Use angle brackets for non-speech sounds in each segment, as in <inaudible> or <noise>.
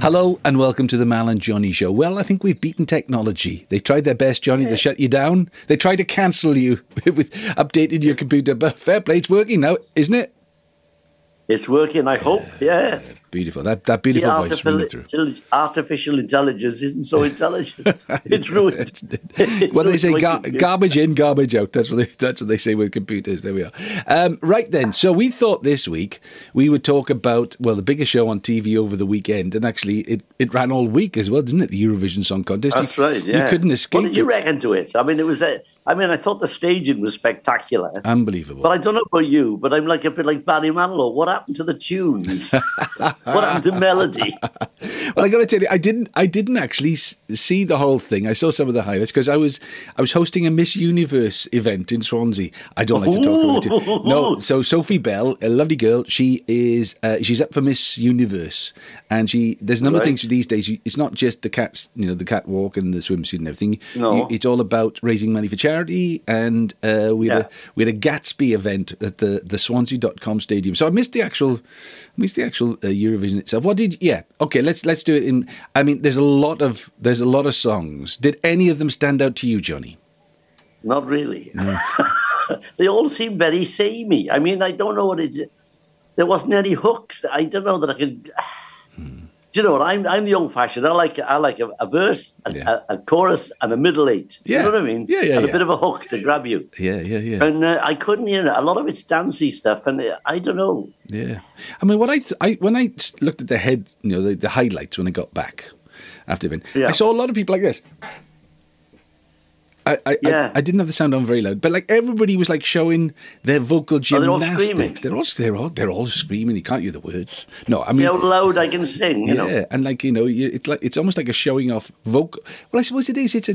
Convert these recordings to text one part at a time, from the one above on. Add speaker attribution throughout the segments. Speaker 1: Hello and welcome to the Mal and Johnny Show. Well, I think we've beaten technology. They tried their best, Johnny, to shut you down. They tried to cancel you <laughs> with updated your computer, but fair play, it's working now, isn't it?
Speaker 2: It's working, I hope. Yeah.
Speaker 1: Beautiful. That that beautiful
Speaker 2: The
Speaker 1: voice ringing through.
Speaker 2: artificial, artificial intelligence isn't
Speaker 1: <laughs>
Speaker 2: so intelligent. it's ruined. <laughs> It
Speaker 1: What do they
Speaker 2: ruined
Speaker 1: say?
Speaker 2: my
Speaker 1: Gar-
Speaker 2: computer.
Speaker 1: garbage in, garbage out. That's what they, that's what they say with computers. There we are. Um, right then. So we thought this week we would talk about well the biggest show on TV over the weekend, and actually it, it ran all week as well, didn't it? The Eurovision Song Contest.
Speaker 2: That's
Speaker 1: you,
Speaker 2: right. Yeah.
Speaker 1: You couldn't escape
Speaker 2: What did you
Speaker 1: it.
Speaker 2: reckon to it? I mean, it was. A, I mean, I thought the staging was spectacular.
Speaker 1: Unbelievable.
Speaker 2: But I don't know about you, but I'm like a bit like Barry Manilow. What happened to
Speaker 1: <laughs>
Speaker 2: the tunes? what happened to melody?
Speaker 1: well, I got to tell you, I didn't. I didn't actually s- see the whole thing. I saw some of the highlights because I was I was hosting a Miss Universe event in Swansea. I don't like to talk about it.
Speaker 2: <laughs>
Speaker 1: No, so Sophie Bell, a lovely girl. She is uh, she's up for Miss Universe, and she there's a number of
Speaker 2: Right.
Speaker 1: things these days. You, it's not just the cats, you know, the catwalk and the swimsuit and everything.
Speaker 2: No.
Speaker 1: You- it's all about raising money for charity, and uh, we had
Speaker 2: Yeah.
Speaker 1: a we had a Gatsby event at the the Swansea.com stadium. So I missed the actual I missed the actual uh, Eurovision itself. What did yeah? Okay, let's let's do it in. I mean, there's a lot of there's a lot of songs. Did any of them stand out to you, Johnny?
Speaker 2: Not really.
Speaker 1: Mm.
Speaker 2: <laughs> they all seem very samey. I mean, I don't know what it. There wasn't any hooks. I don't know that I could. <sighs> Do you know what? I'm I'm the old fashioned. I like I like a, a verse, a,
Speaker 1: Yeah.
Speaker 2: a, a chorus, and a middle eight. Do
Speaker 1: Yeah.
Speaker 2: You know what I mean?
Speaker 1: Yeah, yeah,
Speaker 2: And
Speaker 1: yeah.
Speaker 2: a bit of a hook to grab you.
Speaker 1: Yeah, yeah, yeah.
Speaker 2: And uh, I couldn't hear it. A lot of it's dancey stuff, and uh, I don't know.
Speaker 1: Yeah, I mean, when I, I when I looked at the head, you know, the, the highlights when I got back after the event,
Speaker 2: Yeah.
Speaker 1: I saw a lot of people like this. I, I,
Speaker 2: Yeah.
Speaker 1: I, I didn't have the sound on very loud, but like everybody was like showing their vocal
Speaker 2: Oh, they're all
Speaker 1: gymnastics.
Speaker 2: screaming.
Speaker 1: they're all they're all they're all screaming. You can't hear the words. No, I mean,
Speaker 2: See how loud I can sing. You
Speaker 1: yeah,
Speaker 2: know.
Speaker 1: and like you know, you, it's like it's almost like a showing off vocal. Well, I suppose it is. It's a,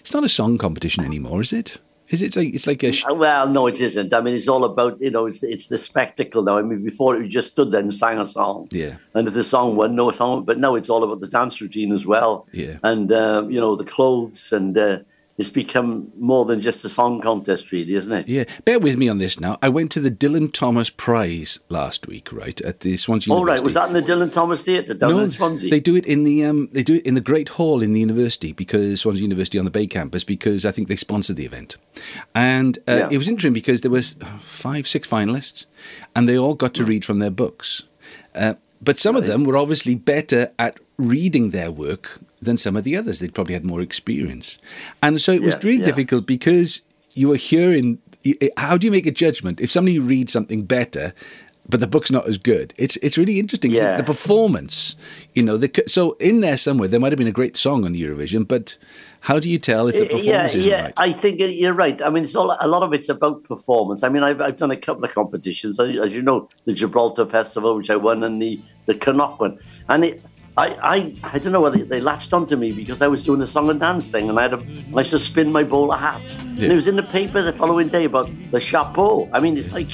Speaker 1: it's not a song competition anymore, is it? Is it? It's like it's like a. Sh-
Speaker 2: Uh, Well, no, it isn't. I mean, it's all about you know, it's it's the spectacle now. I mean, before we just stood there and sang a song,
Speaker 1: Yeah.
Speaker 2: And if the song won, no song, but now it's all about the dance routine as well,
Speaker 1: Yeah.
Speaker 2: And um, you know, the clothes, and uh, it's become more than just a song contest, really, isn't it?
Speaker 1: Yeah, bear with me on this now. I went to the Dylan Thomas Prize last week, right at the Swansea.
Speaker 2: All Oh, right,
Speaker 1: University.
Speaker 2: was that in the Dylan Thomas Theatre down
Speaker 1: no,
Speaker 2: in Swansea?
Speaker 1: they do it in the um, they do it in the Great Hall in the university because Swansea University on the Bay campus because I think they sponsored the event, and uh,
Speaker 2: Yeah.
Speaker 1: it was interesting because there was uh, five six finalists, and they all got to read from their books, uh, but some of them were obviously better at reading their work than some of the others. They'd probably had more experience, and so it was
Speaker 2: Yeah,
Speaker 1: really
Speaker 2: yeah.
Speaker 1: difficult because you were hearing. you- eh, How do you make a judgment if somebody reads something better? But the book's not as good. It's it's really interesting. 'cause
Speaker 2: Yeah.
Speaker 1: The performance, you know. The, c- so in there somewhere, there might have been a great song on Eurovision, but how do you tell if the performance
Speaker 2: Eh, yeah,
Speaker 1: isn't
Speaker 2: yeah.
Speaker 1: right?
Speaker 2: I think uh, you're right. I mean, it's all a lot of it's about performance. I mean, I've, I've done a couple of competitions, I- as you know, the Gibraltar Festival, which I won, and the the Connaught one. And it, I, I, I don't know whether they latched onto me because I was doing a song and dance thing, and I had a, I used to spin my bowler hat,
Speaker 1: Yeah.
Speaker 2: and it was in the paper the following day about the chapeau. I mean, it's like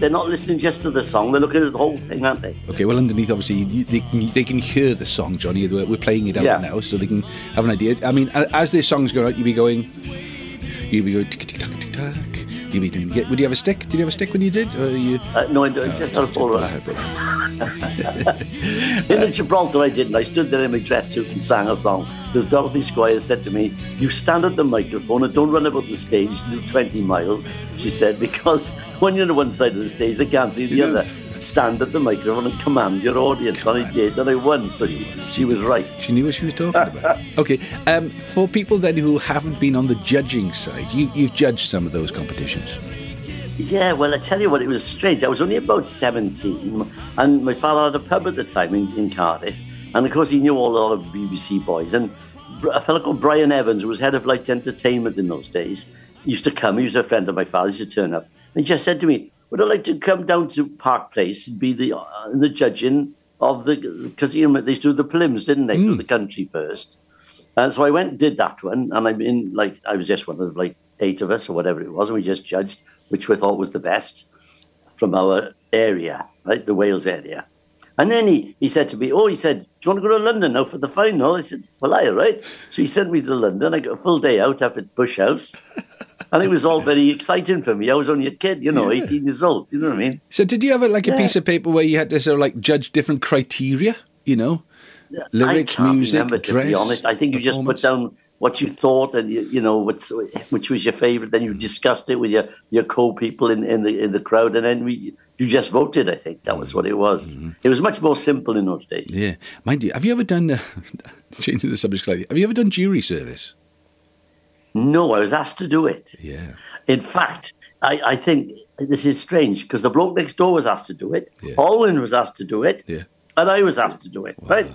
Speaker 2: they're not listening just to the song; they're looking at the whole thing, aren't they?
Speaker 1: okay, well, underneath obviously you, they can they can hear the song, Johnny. We're we're playing it out
Speaker 2: Yeah.
Speaker 1: now, so they can have an idea. I mean, a- as this song's going out, you'd be going, you'd be going tick tick tock tick tock. You'd be doing. Would you have a stick? Did you have a stick when you did? Or you?
Speaker 2: Uh, no, I don't- just not a bowler hat. In the Gibraltar, I didn't. I stood there in my dress suit and sang a song because Dorothy Squire said to me, You stand at the microphone and don't run about the stage, do 20 miles, she said, because when you're on one side of the stage, they can't see the
Speaker 1: Yes.
Speaker 2: other. Stand at the microphone and command your audience. and I did, and I won. So she, she was right.
Speaker 1: She knew what she was talking
Speaker 2: <laughs>
Speaker 1: about. Okay, um, for people then who haven't been on the judging side, you, you've judged some of those competitions.
Speaker 2: Yeah, well, I tell you what, it was strange. I was only about 17, and my father had a pub at the time in, in Cardiff. And of course, he knew all a lot of BBC boys. And Br- a fellow called Brian Evans, who was head of light entertainment in those days, used to come. He was a friend of my father's, he used to turn up. And he just said to me, Would I like to come down to Park Place and be the, uh, the judging of the. Because you know, they used to do the prelims, didn't they? Through the country first. And so I went and did that one, and I mean, like, I was just one of like eight of us or whatever it was, and we just judged which we thought was the best from our area, right, the Wales area. And then he, he said to me, Oh, he said, Do you want to go to London now for the final? I said, Well, I, all right. So he sent me to London. I got a full day out up at Bush House, and it was all very exciting for me. I was only a kid, you know, 18 years old, you know what I mean?
Speaker 1: So did you have a, like a
Speaker 2: Yeah.
Speaker 1: piece of paper where you had to sort of like judge different criteria? You know, lyrics,
Speaker 2: I can't
Speaker 1: music,
Speaker 2: remember,
Speaker 1: dress,
Speaker 2: To be honest, I think you just put
Speaker 1: performance.
Speaker 2: down what you thought and you, you know what's which was your favorite. Then you discussed it with your your co-people in, in the in the crowd, and then we you just voted. I think that
Speaker 1: Mm-hmm.
Speaker 2: was what it was. It was much more simple in those days.
Speaker 1: Yeah, mind you, have you ever done? Uh, <laughs> changing the subject slightly, have you ever done jury service?
Speaker 2: No, I was asked to do it.
Speaker 1: Yeah,
Speaker 2: In fact, I, I think this is strange because the bloke next door was asked to do it.
Speaker 1: Yeah.
Speaker 2: Alwyn was asked to do it.
Speaker 1: Yeah.
Speaker 2: And I was asked to do it. Right.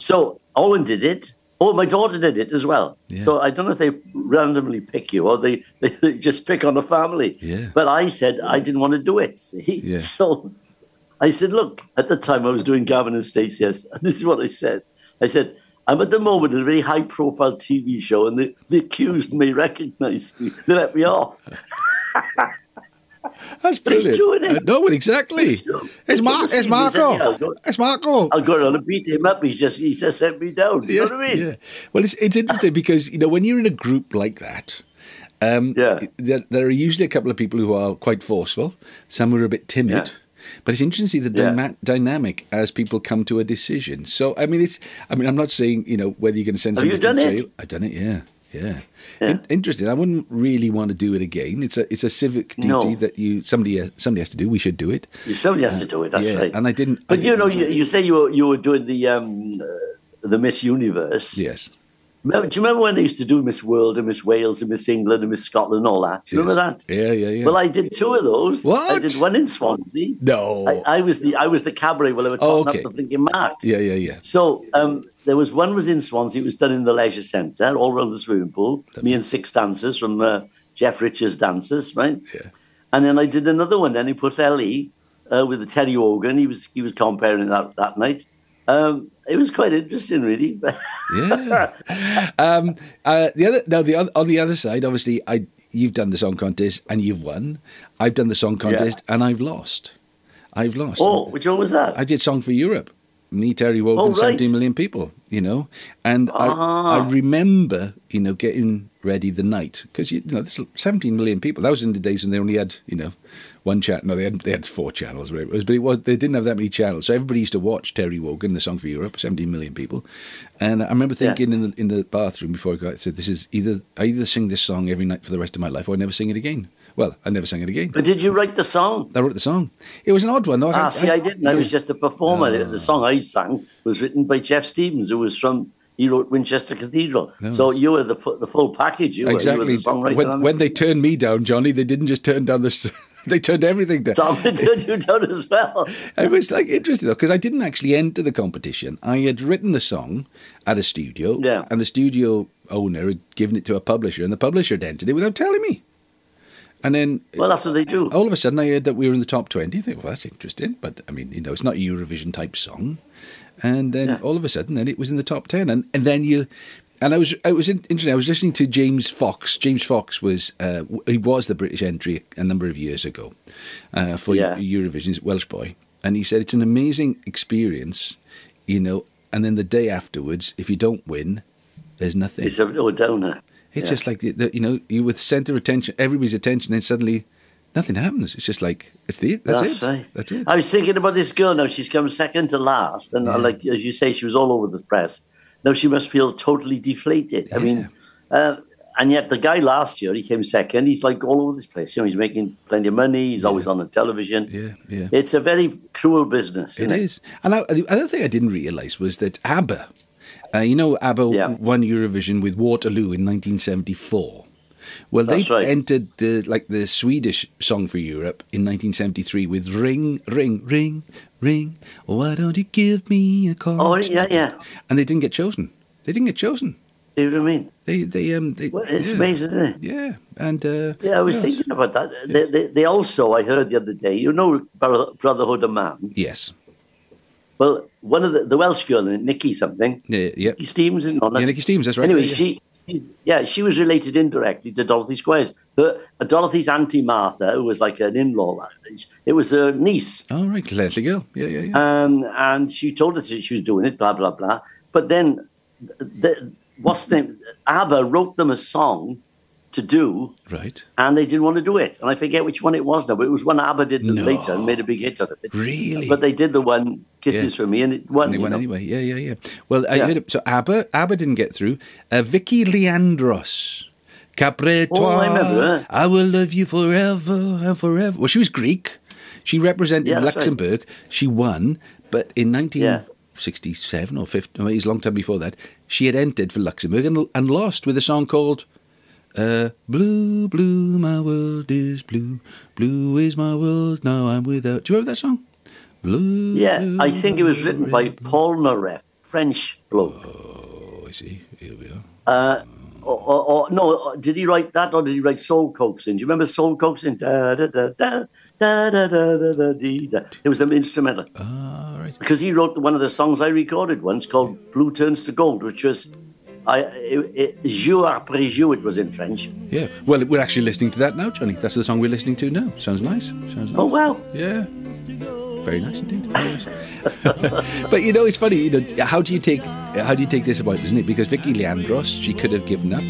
Speaker 2: So Alwyn did it. Oh, my daughter did it as well.
Speaker 1: Yeah.
Speaker 2: So I don't know if they randomly pick you or they, <laughs> they, just pick on a family.
Speaker 1: Yeah.
Speaker 2: But I said I didn't want to do it. See? <laughs>
Speaker 1: Yeah.
Speaker 2: So I said, look, at the time I was doing Gavin and Stacey, I s- and <laughs> this is what I said. I said, I'm at the moment in a very high profile TV show, and the, the accused may recognize me. <laughs> They let me off.
Speaker 1: that's brilliant.
Speaker 2: true, isn't
Speaker 1: Uh,
Speaker 2: it?
Speaker 1: no, exactly.
Speaker 2: It's true.
Speaker 1: It's, Mar-
Speaker 2: It's
Speaker 1: it's
Speaker 2: the same as any other
Speaker 1: Marco.
Speaker 2: girl.
Speaker 1: It's Marco.
Speaker 2: I'll go around and beat him up. He's just he's just sent me down. You know what I
Speaker 1: <laughs>
Speaker 2: mean?
Speaker 1: yeah. Well, it's it's interesting because you know when you're in a group like that, um,
Speaker 2: Yeah.
Speaker 1: there, there are usually a couple of people who are quite forceful. Some are a bit timid.
Speaker 2: Yeah.
Speaker 1: But it's interesting to see the
Speaker 2: Yeah.
Speaker 1: dyna- dynamic as people come to a decision. So I mean, it's I mean, I'm not saying you know whether you're going to send
Speaker 2: Have you
Speaker 1: somebody to
Speaker 2: done it?
Speaker 1: jail. I've done it. Yeah. Yeah.
Speaker 2: Yeah.
Speaker 1: In- interesting. I wouldn't really want to do it again. It's a it's a civic duty
Speaker 2: No.
Speaker 1: that you somebody uh, somebody has to do. We should do it.
Speaker 2: Somebody has to do it. That's
Speaker 1: yeah,
Speaker 2: right.
Speaker 1: and I didn't- I
Speaker 2: But you
Speaker 1: didn't
Speaker 2: know,
Speaker 1: do
Speaker 2: you, you say you were you were doing the um, uh, the Miss Universe.
Speaker 1: Yes.
Speaker 2: Remember, do you remember when they used to do Miss World and Miss Wales and Miss England and Miss Scotland and all that? Do you remember
Speaker 1: Yes.
Speaker 2: that?
Speaker 1: Yeah. Yeah. Yeah.
Speaker 2: Well, I did two of those. I
Speaker 1: What?
Speaker 2: did one in Swansea.
Speaker 1: no.
Speaker 2: I, I was the I was the cabaret while they were
Speaker 1: Oh,
Speaker 2: talking
Speaker 1: okay.
Speaker 2: up the blinking mark.
Speaker 1: yeah. Yeah. Yeah.
Speaker 2: So um, there was one was in Swansea. It was done in the leisure centre, all around the swimming pool. Me and six dancers from uh, Jeff Richards Dancers, right?
Speaker 1: Yeah.
Speaker 2: And then I did another one. Then he put Ellie uh, with the Teddy Organ. He was he was comparing that that night. Um, it was quite interesting, really. <laughs>
Speaker 1: Yeah. um, uh, the other now the other, on the other side, obviously, I you've done the song contest and you've won. I've done the song contest and I've lost. I've lost.
Speaker 2: oh, which one was that?
Speaker 1: I did song for Europe. Me, Terry Wogan,
Speaker 2: Oh, right.
Speaker 1: 17 million people, you know. And
Speaker 2: Ah.
Speaker 1: I, I remember, you know, getting ready the night because, you, you know, this 17 million people. That was in the days when they only had, you know, one channel. No, they had, they had four channels, whatever it was, but it was, they didn't have that many channels. So everybody used to watch Terry Wogan, the song for Europe, 17 million people. And I remember
Speaker 2: Yeah.
Speaker 1: thinking in, the, in the bathroom before I got, I said, this is either, I either sing this song every night for the rest of my life or I never sing it again. Well, I never sang it again.
Speaker 2: but did you write the song?
Speaker 1: I wrote the song. It was an odd one, though.
Speaker 2: Ah, see, I didn't. I
Speaker 1: yeah.
Speaker 2: was just a performer. The song I sang was written by Jeff Stevens, who was from. He wrote Winchester Cathedral. So you were the fu- the full package. You were,
Speaker 1: Exactly.
Speaker 2: You were the songwriter
Speaker 1: When,
Speaker 2: and
Speaker 1: when they turned me down, Johnny, they didn't just turn down the. s- <laughs> They turned everything down.
Speaker 2: <laughs> Tom turned you down as well.
Speaker 1: It was like interesting though, because I didn't actually enter the competition. I had written the song at a studio,
Speaker 2: Yeah.
Speaker 1: and the studio owner had given it to a publisher, and the publisher had entered it without telling me. And then
Speaker 2: Well, that's what they do.
Speaker 1: all of a sudden, I heard that we were in the top twenty. I think, well, that's interesting, but I mean, you know, it's not a Eurovision type song. And then
Speaker 2: Yeah.
Speaker 1: all of a sudden, then it was in the top ten, and, and then you, and I was it was in- interesting. I was listening to James Fox. James Fox was uh, w- he was the British entry a number of years ago uh, for
Speaker 2: Yeah.
Speaker 1: Eurovision. He's a Welsh boy, and he said it's an amazing experience, you know. And then the day afterwards, if you don't win, there's nothing.
Speaker 2: It's a oh, downer.
Speaker 1: It's
Speaker 2: Yeah.
Speaker 1: just like the, the, you know, you with center attention, everybody's attention, then suddenly nothing happens. It's just like it's the that's, it.
Speaker 2: right.
Speaker 1: That's it.
Speaker 2: I was thinking about this girl now. She's come second to last, and uh, like as you say, she was all over the press. Now she must feel totally deflated. I mean, uh, and yet the guy last year he came second. He's like all over this place. You know, he's making plenty of money. He's always on the television.
Speaker 1: Yeah, yeah.
Speaker 2: It's a very cruel business.
Speaker 1: It
Speaker 2: isn't
Speaker 1: is. And I, the other thing I didn't realize was that ABBA, uh, you know, ABBA
Speaker 2: Yeah.
Speaker 1: won Eurovision with Waterloo in 1974. Well, they
Speaker 2: That's right.
Speaker 1: entered the like the Swedish song for Europe in 1973 with "Ring, Ring, Ring, Ring." Why don't you give me a call?
Speaker 2: Oh yeah, yeah.
Speaker 1: And they didn't get chosen. They didn't get chosen.
Speaker 2: See what I mean?
Speaker 1: They they um they.
Speaker 2: Well, it's
Speaker 1: yeah.
Speaker 2: amazing, isn't it?
Speaker 1: Yeah, and uh,
Speaker 2: Yeah, I was
Speaker 1: yes.
Speaker 2: thinking about that. They, they, they also, I heard the other day, you know, Brother- Brotherhood of Man.
Speaker 1: Yes.
Speaker 2: Well, one of the, the Welsh girl, Nikki something,
Speaker 1: Yeah. Yeah.
Speaker 2: Nikki Stevens, isn't it?
Speaker 1: Yeah, Nikki Stevens, that's right.
Speaker 2: Anyway,
Speaker 1: Yeah,
Speaker 2: she, she- yeah, she was related indirectly to Dorothy Squires. Her, Dorothy's auntie Martha, who was like an in-law, it was her niece,
Speaker 1: All right, Leslie Gill. Yeah, yeah, yeah.
Speaker 2: um, and she told us that she was doing it, blah blah blah. But then, the, what's the name? ABBA wrote them a song to do,
Speaker 1: right.
Speaker 2: and they didn't want to do it. And I forget which one it was now, but it was one ABBA did
Speaker 1: No.
Speaker 2: later and made a big hit out of it.
Speaker 1: Really?
Speaker 2: But they did the one kisses
Speaker 1: Yeah.
Speaker 2: from me, and it won.
Speaker 1: And they
Speaker 2: you
Speaker 1: won
Speaker 2: know.
Speaker 1: anyway. Yeah, yeah, yeah. Well, I
Speaker 2: Yeah.
Speaker 1: heard it. So ABBA, ABBA didn't get through. Uh, Vicky Leandros. Capre
Speaker 2: Oh, I remember that.
Speaker 1: I will love you forever and forever. Well, she was Greek. She represented
Speaker 2: Yeah, that's right.
Speaker 1: Luxembourg. She won, but in 1967 or 50, I mean, it was a long time before that, she had entered for Luxembourg and, and lost with a song called uh, Blue, Blue, My World is Blue. Blue is my world, now I'm without. Do you remember that song? Blue.
Speaker 2: Yeah, I
Speaker 1: blue,
Speaker 2: think it was
Speaker 1: my
Speaker 2: written by
Speaker 1: world.
Speaker 2: Paul Naref, French bloke.
Speaker 1: Oh, I see. Here we are.
Speaker 2: Uh, or, or, or no, uh, did he write that, or did he write Soul Coaxing? Do you remember Soul Coaxing? Da da da da da da da da da dee, da. It was an instrumental
Speaker 1: All Ah, right.
Speaker 2: because he wrote one of the songs I recorded once called "Blue Turns to Gold," which was. I, it, it, jour après jour, it was in French.
Speaker 1: Yeah. Well, we're actually listening to that now, Johnny. That's the song we're listening to now. Sounds nice. Sounds nice.
Speaker 2: Oh, wow.
Speaker 1: Yeah. Very nice indeed. Very nice. <laughs> but you know, it's funny. You know, how do you take how do you take disappointment, isn't it? Because Vicky Leandros, she could have given up,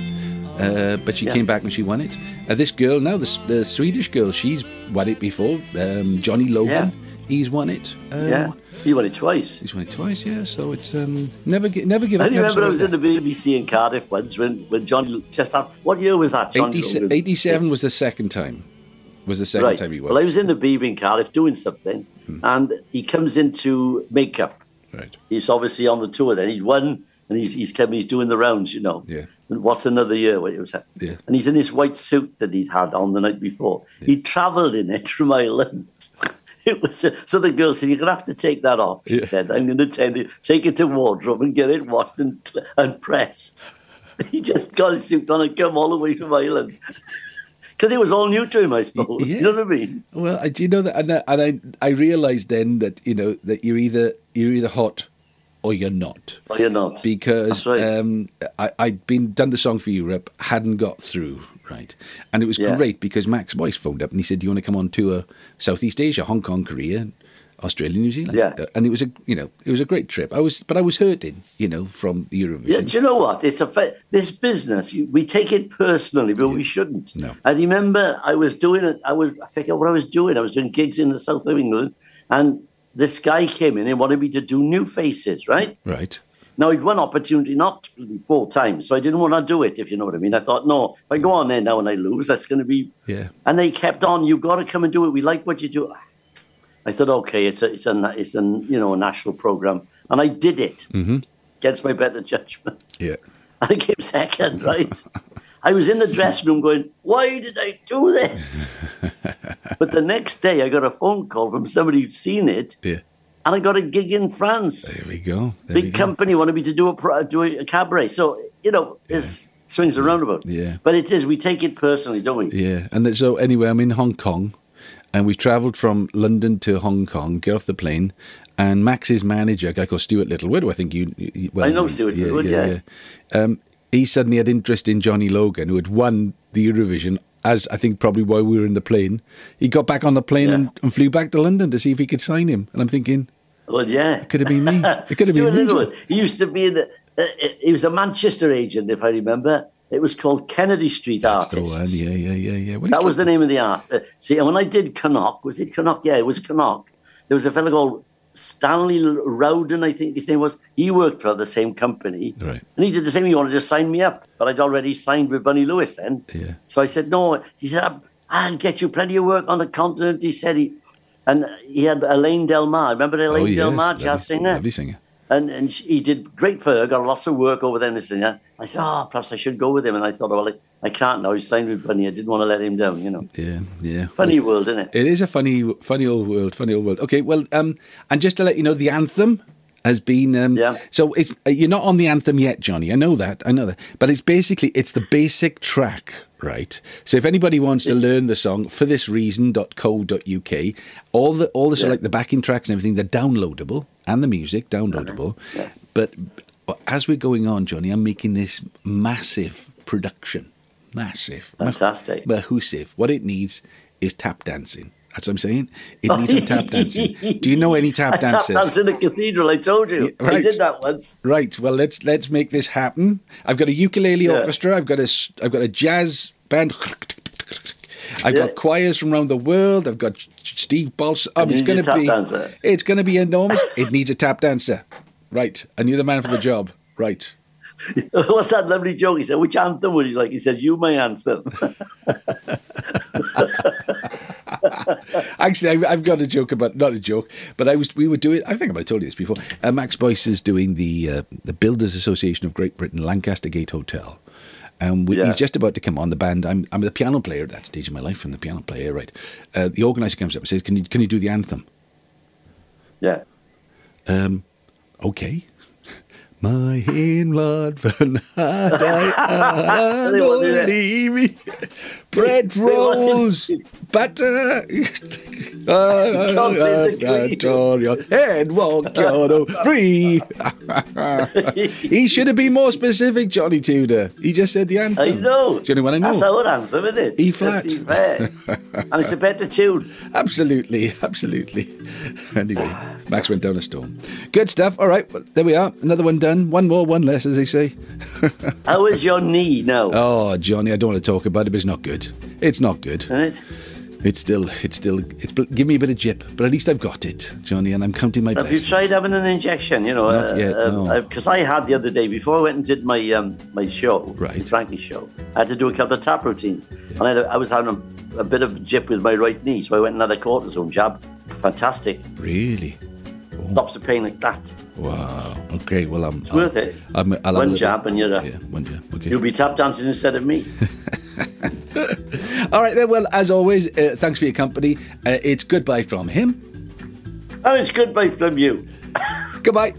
Speaker 1: uh, but she
Speaker 2: Yeah.
Speaker 1: came back and she won it. Uh, this girl now, this the Swedish girl, she's won it before. Um, Johnny Logan, he's won it. Um,
Speaker 2: Yeah, he won it twice.
Speaker 1: He's won it twice. Yeah. So it's um, never gi- never give
Speaker 2: I
Speaker 1: up. never
Speaker 2: remember I
Speaker 1: slow
Speaker 2: was
Speaker 1: down.
Speaker 2: in the BBC in Cardiff once when, when John just after, what year was that? John
Speaker 1: 80,
Speaker 2: Logan?
Speaker 1: 87 was the second time. Was the second
Speaker 2: right.
Speaker 1: time he Hmm. won.
Speaker 2: Well, I was in the BBC in Cardiff doing something, and he comes into makeup.
Speaker 1: right.
Speaker 2: He's obviously on the tour. Then he'd won, and he's he's come, he's doing the rounds, you know.
Speaker 1: Yeah.
Speaker 2: And what's another year? What it was.
Speaker 1: Yeah.
Speaker 2: And he's in this white suit that he'd had on the night before. He travelled in it <laughs> from Ireland. It was so the girl said, "You're gonna have to take that off." She
Speaker 1: Yeah.
Speaker 2: said, "I'm gonna tell you, take it to wardrobe and get it washed and and pressed." <laughs> He just got his suit on and come all the way from Ireland <laughs> because it was all new to him, I suppose.
Speaker 1: yeah.
Speaker 2: You know what I mean?
Speaker 1: Well, I do you know that, and I, and I I realized then that you know that you're either you're either hot or you're not
Speaker 2: Or you're not.
Speaker 1: because
Speaker 2: That's right.
Speaker 1: um, I, I'd been done the song for Europe, hadn't got through right, and it was
Speaker 2: Yeah.
Speaker 1: great because Max Weiss phoned up and he said, "Do you want to come on tour Southeast Asia, Hong Kong, Korea?" Australia, New Zealand,
Speaker 2: Yeah.
Speaker 1: Uh, and it was a you know it was a great trip. I was, but I was hurting, you know, from the
Speaker 2: Yeah,
Speaker 1: Eurovision.
Speaker 2: do you know what? It's a fa- this business. You, we take it personally, but we shouldn't.
Speaker 1: No.
Speaker 2: I remember I was doing it. I was I forget what I was doing. I was doing gigs in the south of England, and this guy came in and wanted me to do new faces. Right
Speaker 1: Right?
Speaker 2: now, he'd one opportunity not four times, so I didn't want to do it. If you know what I mean, I thought, no, if I go on there now and I lose, that's going to be.
Speaker 1: Yeah.
Speaker 2: And they kept on. You've got to come and do it. We like what you do. I thought, okay, it's a it's a na- it's a you know a national program, and I did it against my better judgment.
Speaker 1: Mm-hmm. Yeah.
Speaker 2: <laughs> I came second, right? <laughs> I was in the dressing room going, why did I do this?
Speaker 1: <laughs>
Speaker 2: but the next day, I got a phone call from somebody who'd seen it,
Speaker 1: Yeah.
Speaker 2: and I got a gig in France.
Speaker 1: There we go. There we
Speaker 2: Big
Speaker 1: go.
Speaker 2: company wanted me to do a pro- do a cabaret. So you know, it's swings and roundabouts.
Speaker 1: Yeah.
Speaker 2: But it is we take it personally, don't we?
Speaker 1: Yeah, and then- so anyway, I'm in Hong Kong, and we travelled from London to Hong Kong. Get off the plane, and Max's manager, a guy called Stuart Littlewood, who I think you, you well,
Speaker 2: I know
Speaker 1: you-
Speaker 2: Stuart Littlewood, yeah.
Speaker 1: Um, he suddenly had interest in Johnny Logan, who had won the Eurovision. As I think probably while we were in the plane, he got back on the plane
Speaker 2: Yeah.
Speaker 1: and, and flew back to London to see if he could sign him. And I'm thinking,
Speaker 2: Well, yeah.
Speaker 1: it could have been
Speaker 2: <laughs>
Speaker 1: me. It could have
Speaker 2: Stuart
Speaker 1: been me.
Speaker 2: Littlewood. He used to be in. the- Uh, he was a Manchester agent, if I remember. It was called Kennedy Street
Speaker 1: That's the
Speaker 2: Artists.
Speaker 1: one. Yeah, yeah, yeah, yeah. Well,
Speaker 2: That
Speaker 1: he's
Speaker 2: was the
Speaker 1: like-
Speaker 2: name of the art. Uh, see, and when I did Canuck, was it Canuck? Yeah, it was Canuck. There was a fellow called Stanley Rowden, I think his name was. He worked for the same company.
Speaker 1: Right.
Speaker 2: And he did the same. He wanted to sign me up, but I'd already signed with Bunny Lewis then.
Speaker 1: Yeah.
Speaker 2: So I said, no. He said, "I'll- I'll get you plenty of work on the continent. He said, he, and he had Elaine Delmar. Remember Elaine
Speaker 1: Oh, yes,
Speaker 2: Delmar,
Speaker 1: lovely-
Speaker 2: jazz singer?
Speaker 1: Lovely singer.
Speaker 2: And and she, he did great for her, got lots of work over there in this and that. I said, oh, perhaps I should go with him. And I thought, well, I, I can't now. He's signed with Bunny. I didn't want to let him down, you know.
Speaker 1: Yeah, yeah.
Speaker 2: Funny world, isn't it?
Speaker 1: It is a funny, funny old world. Funny old world. Okay, well, um, and just to let you know, the anthem has been. Um,
Speaker 2: Yeah.
Speaker 1: So it's uh, you're not on the anthem yet, Johnny. I know that. I know that. But it's basically it's the basic track, right? So if anybody wants to learn the song for this reason.co.uk, all the all the sort of
Speaker 2: Yeah.
Speaker 1: like the backing tracks and everything, they're downloadable and the music downloadable.
Speaker 2: Yeah.
Speaker 1: But as we're going on, Johnny, I'm making this massive production. Massive.
Speaker 2: Fantastic.
Speaker 1: Mahusive. What it needs is tap dancing. That's what I'm saying. It needs some tap dancing. Do you know any
Speaker 2: I
Speaker 1: tap
Speaker 2: Oh, tap
Speaker 1: dancers?
Speaker 2: danced in the cathedral. I told you.
Speaker 1: Yeah, right.
Speaker 2: I did that once.
Speaker 1: Right. Well, let's let's make this happen. I've got a ukulele
Speaker 2: Yeah.
Speaker 1: orchestra. I've got a s- I've got a jazz band. I've
Speaker 2: Yeah.
Speaker 1: got choirs from around the world. I've got Steve Balsh. Um,
Speaker 2: And
Speaker 1: it's
Speaker 2: you need
Speaker 1: going
Speaker 2: a
Speaker 1: to
Speaker 2: tap
Speaker 1: be
Speaker 2: dancer. <laughs>
Speaker 1: it's going to be enormous. it needs a tap dancer, right? And you're the man for the job, right?
Speaker 2: What's that lovely joke? He said, "Which anthem would you like?" He said, "You, my anthem." <laughs>
Speaker 1: Actually, I've, I've got a joke about not a joke, but I was we were doing. I think I might have told you this before. Uh, Max Boyce is doing the uh, the Builders Association of Great Britain Lancaster Gate Hotel, and we,
Speaker 2: Yeah.
Speaker 1: he's just about to come on the band. I'm I'm the piano player at that stage of my life. I'm the piano player, right? Uh, the organizer comes up and says, "Can you can you do the anthem?"
Speaker 2: yeah.
Speaker 1: Um, okay. My Himmlad <laughs> van I
Speaker 2: <laughs> They won't do that. <laughs>
Speaker 1: me. Bread
Speaker 2: They won't do
Speaker 1: rolls,
Speaker 2: that. <laughs>
Speaker 1: butter, uh, uh,
Speaker 2: the creed.
Speaker 1: Antonio, and walk your own
Speaker 2: <laughs>
Speaker 1: free. <laughs> he should have been more specific, Johnny Tudor. He just said the anthem.
Speaker 2: I know.
Speaker 1: It's the only one I Oh. know.
Speaker 2: That's our anthem, isn't it?
Speaker 1: E
Speaker 2: Let's
Speaker 1: flat. <laughs>
Speaker 2: be fair. and it's a better tune.
Speaker 1: Absolutely, <laughs> absolutely. Anyway, Max went down a storm. Good stuff. All right, well, there we are. Another one done. One more, one less, as they say.
Speaker 2: How is your knee now?
Speaker 1: Oh, Johnny, I don't want to talk about it, but it's not good. It's not good.
Speaker 2: Isn't it?
Speaker 1: It's still, it's still, it's give me a bit of jip, but at least I've got it, Johnny, and I'm counting my
Speaker 2: Have you
Speaker 1: best.
Speaker 2: tried having an injection? You know,
Speaker 1: Not yet, no.
Speaker 2: Because I had the other day before I went and did my um, my show,
Speaker 1: Right.
Speaker 2: Frankie's show. I had to do a couple of tap routines, and I, had a, I was having a, a bit of jip with my right knee, so I went and had a cortisone jab. Fantastic,
Speaker 1: Really? Oh.
Speaker 2: stops the pain like that.
Speaker 1: Wow. Okay. Well, I'm. It's
Speaker 2: worth it.
Speaker 1: I'm, I'll have a
Speaker 2: One
Speaker 1: little-
Speaker 2: jab and you're a-
Speaker 1: Yeah, one jab. Okay.
Speaker 2: You'll be tap dancing instead of
Speaker 1: <laughs>
Speaker 2: me.
Speaker 1: All right then. Well, as always, uh, thanks for your company. Uh, it's goodbye from him.
Speaker 2: and Oh, it's goodbye from you.
Speaker 1: Goodbye.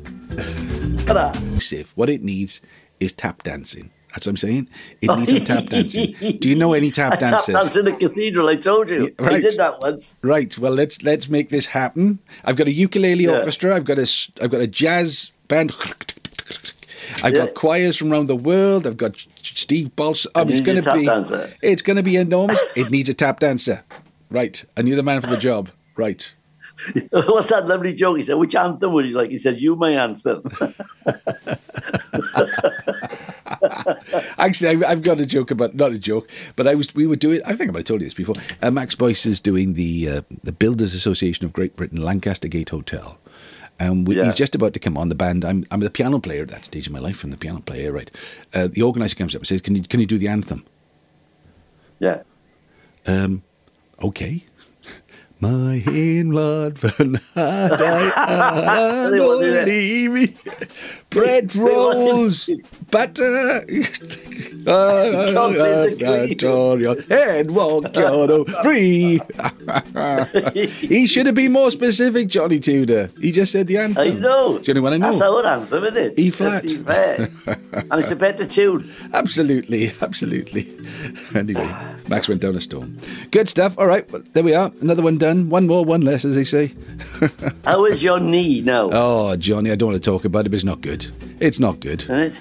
Speaker 2: Ta-da.
Speaker 1: If What it needs is tap dancing. That's what I'm saying. It needs some tap
Speaker 2: <laughs>
Speaker 1: dancing. Do you know any
Speaker 2: I
Speaker 1: tap
Speaker 2: tap
Speaker 1: dancers?
Speaker 2: danced in the cathedral. I told you.
Speaker 1: Yeah, right.
Speaker 2: I did that once. <laughs>
Speaker 1: Right. Well, let's let's make this happen. I've got a ukulele
Speaker 2: Yeah.
Speaker 1: orchestra. I've got a s- I've got a jazz band. <laughs> I've
Speaker 2: Yeah.
Speaker 1: got choirs from around the world. I've got Steve Balsh. Um,
Speaker 2: you
Speaker 1: it's
Speaker 2: need a
Speaker 1: going to
Speaker 2: tap
Speaker 1: be
Speaker 2: dancer.
Speaker 1: it's going to be enormous. it needs a tap dancer. Right. And you're the man for the job. Right.
Speaker 2: What's that lovely joke? He said, "Which anthem would you like?" He said, "You, my anthem." <laughs>
Speaker 1: Actually, I've, I've got a joke about not a joke, but I was we were doing. I think I might have told you this before. Uh, Max Boyce is doing the uh, the Builders Association of Great Britain Lancaster Gate Hotel, and we,
Speaker 2: Yeah.
Speaker 1: he's just about to come on the band. I'm I'm the piano player at that stage of my life. I'm the piano player, right? Uh, the organizer comes up and says, "Can you can you do the anthem?"
Speaker 2: yeah.
Speaker 1: Um, okay. My Himmlad <laughs> van I
Speaker 2: They won't do that.
Speaker 1: me. Bread
Speaker 2: <laughs> They won't do
Speaker 1: rolls,
Speaker 2: that. <laughs>
Speaker 1: butter, uh,
Speaker 2: say the
Speaker 1: uh,
Speaker 2: creed.
Speaker 1: Antonio, and walk your own
Speaker 2: <laughs>
Speaker 1: free. he should have been more specific, Johnny Tudor. He just said the anthem.
Speaker 2: I know.
Speaker 1: It's the only one I Hmm. know.
Speaker 2: That's our anthem, isn't it?
Speaker 1: E
Speaker 2: Let's
Speaker 1: flat.
Speaker 2: be fair. and it's a better tune.
Speaker 1: Absolutely, <laughs> absolutely. Anyway, Max went down a storm. Good stuff. All right, well, there we are. Another one done. One more, one less, as they say.
Speaker 2: How is your knee now?
Speaker 1: Oh, Johnny, I don't want to talk about it, but it's not good. It's not good.
Speaker 2: Isn't it?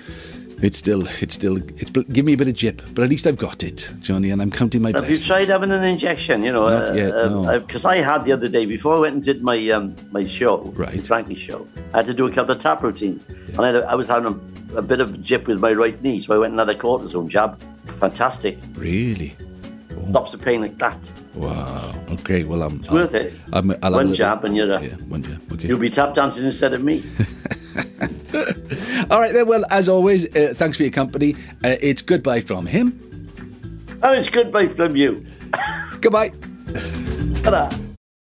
Speaker 1: It's still, it's still, it's, give me a bit of jip, but at least I've got it, Johnny, and I'm counting my
Speaker 2: Have you
Speaker 1: best.
Speaker 2: tried having an injection? You know, uh,
Speaker 1: Not yet, no.
Speaker 2: Because I had the other day before I went and did my um, my show,
Speaker 1: Right.
Speaker 2: Frankie's show. I had to do a couple of tap routines, and I, had a, I was having a, a bit of jip with my right knee, so I went and had a cortisone jab. Fantastic,
Speaker 1: Really? Oh.
Speaker 2: stops the pain like that.
Speaker 1: Wow. Okay, well, I'm. It's
Speaker 2: worth it.
Speaker 1: I'm, I'll have a
Speaker 2: One
Speaker 1: little-
Speaker 2: jab and you're a,
Speaker 1: Yeah, one jab. Okay.
Speaker 2: you'll be tap dancing instead of me.
Speaker 1: All right, then. Well, as always, uh, thanks for your company. Uh, it's goodbye from him.
Speaker 2: Oh, and it's goodbye from you.
Speaker 1: Goodbye.
Speaker 2: Ta-da.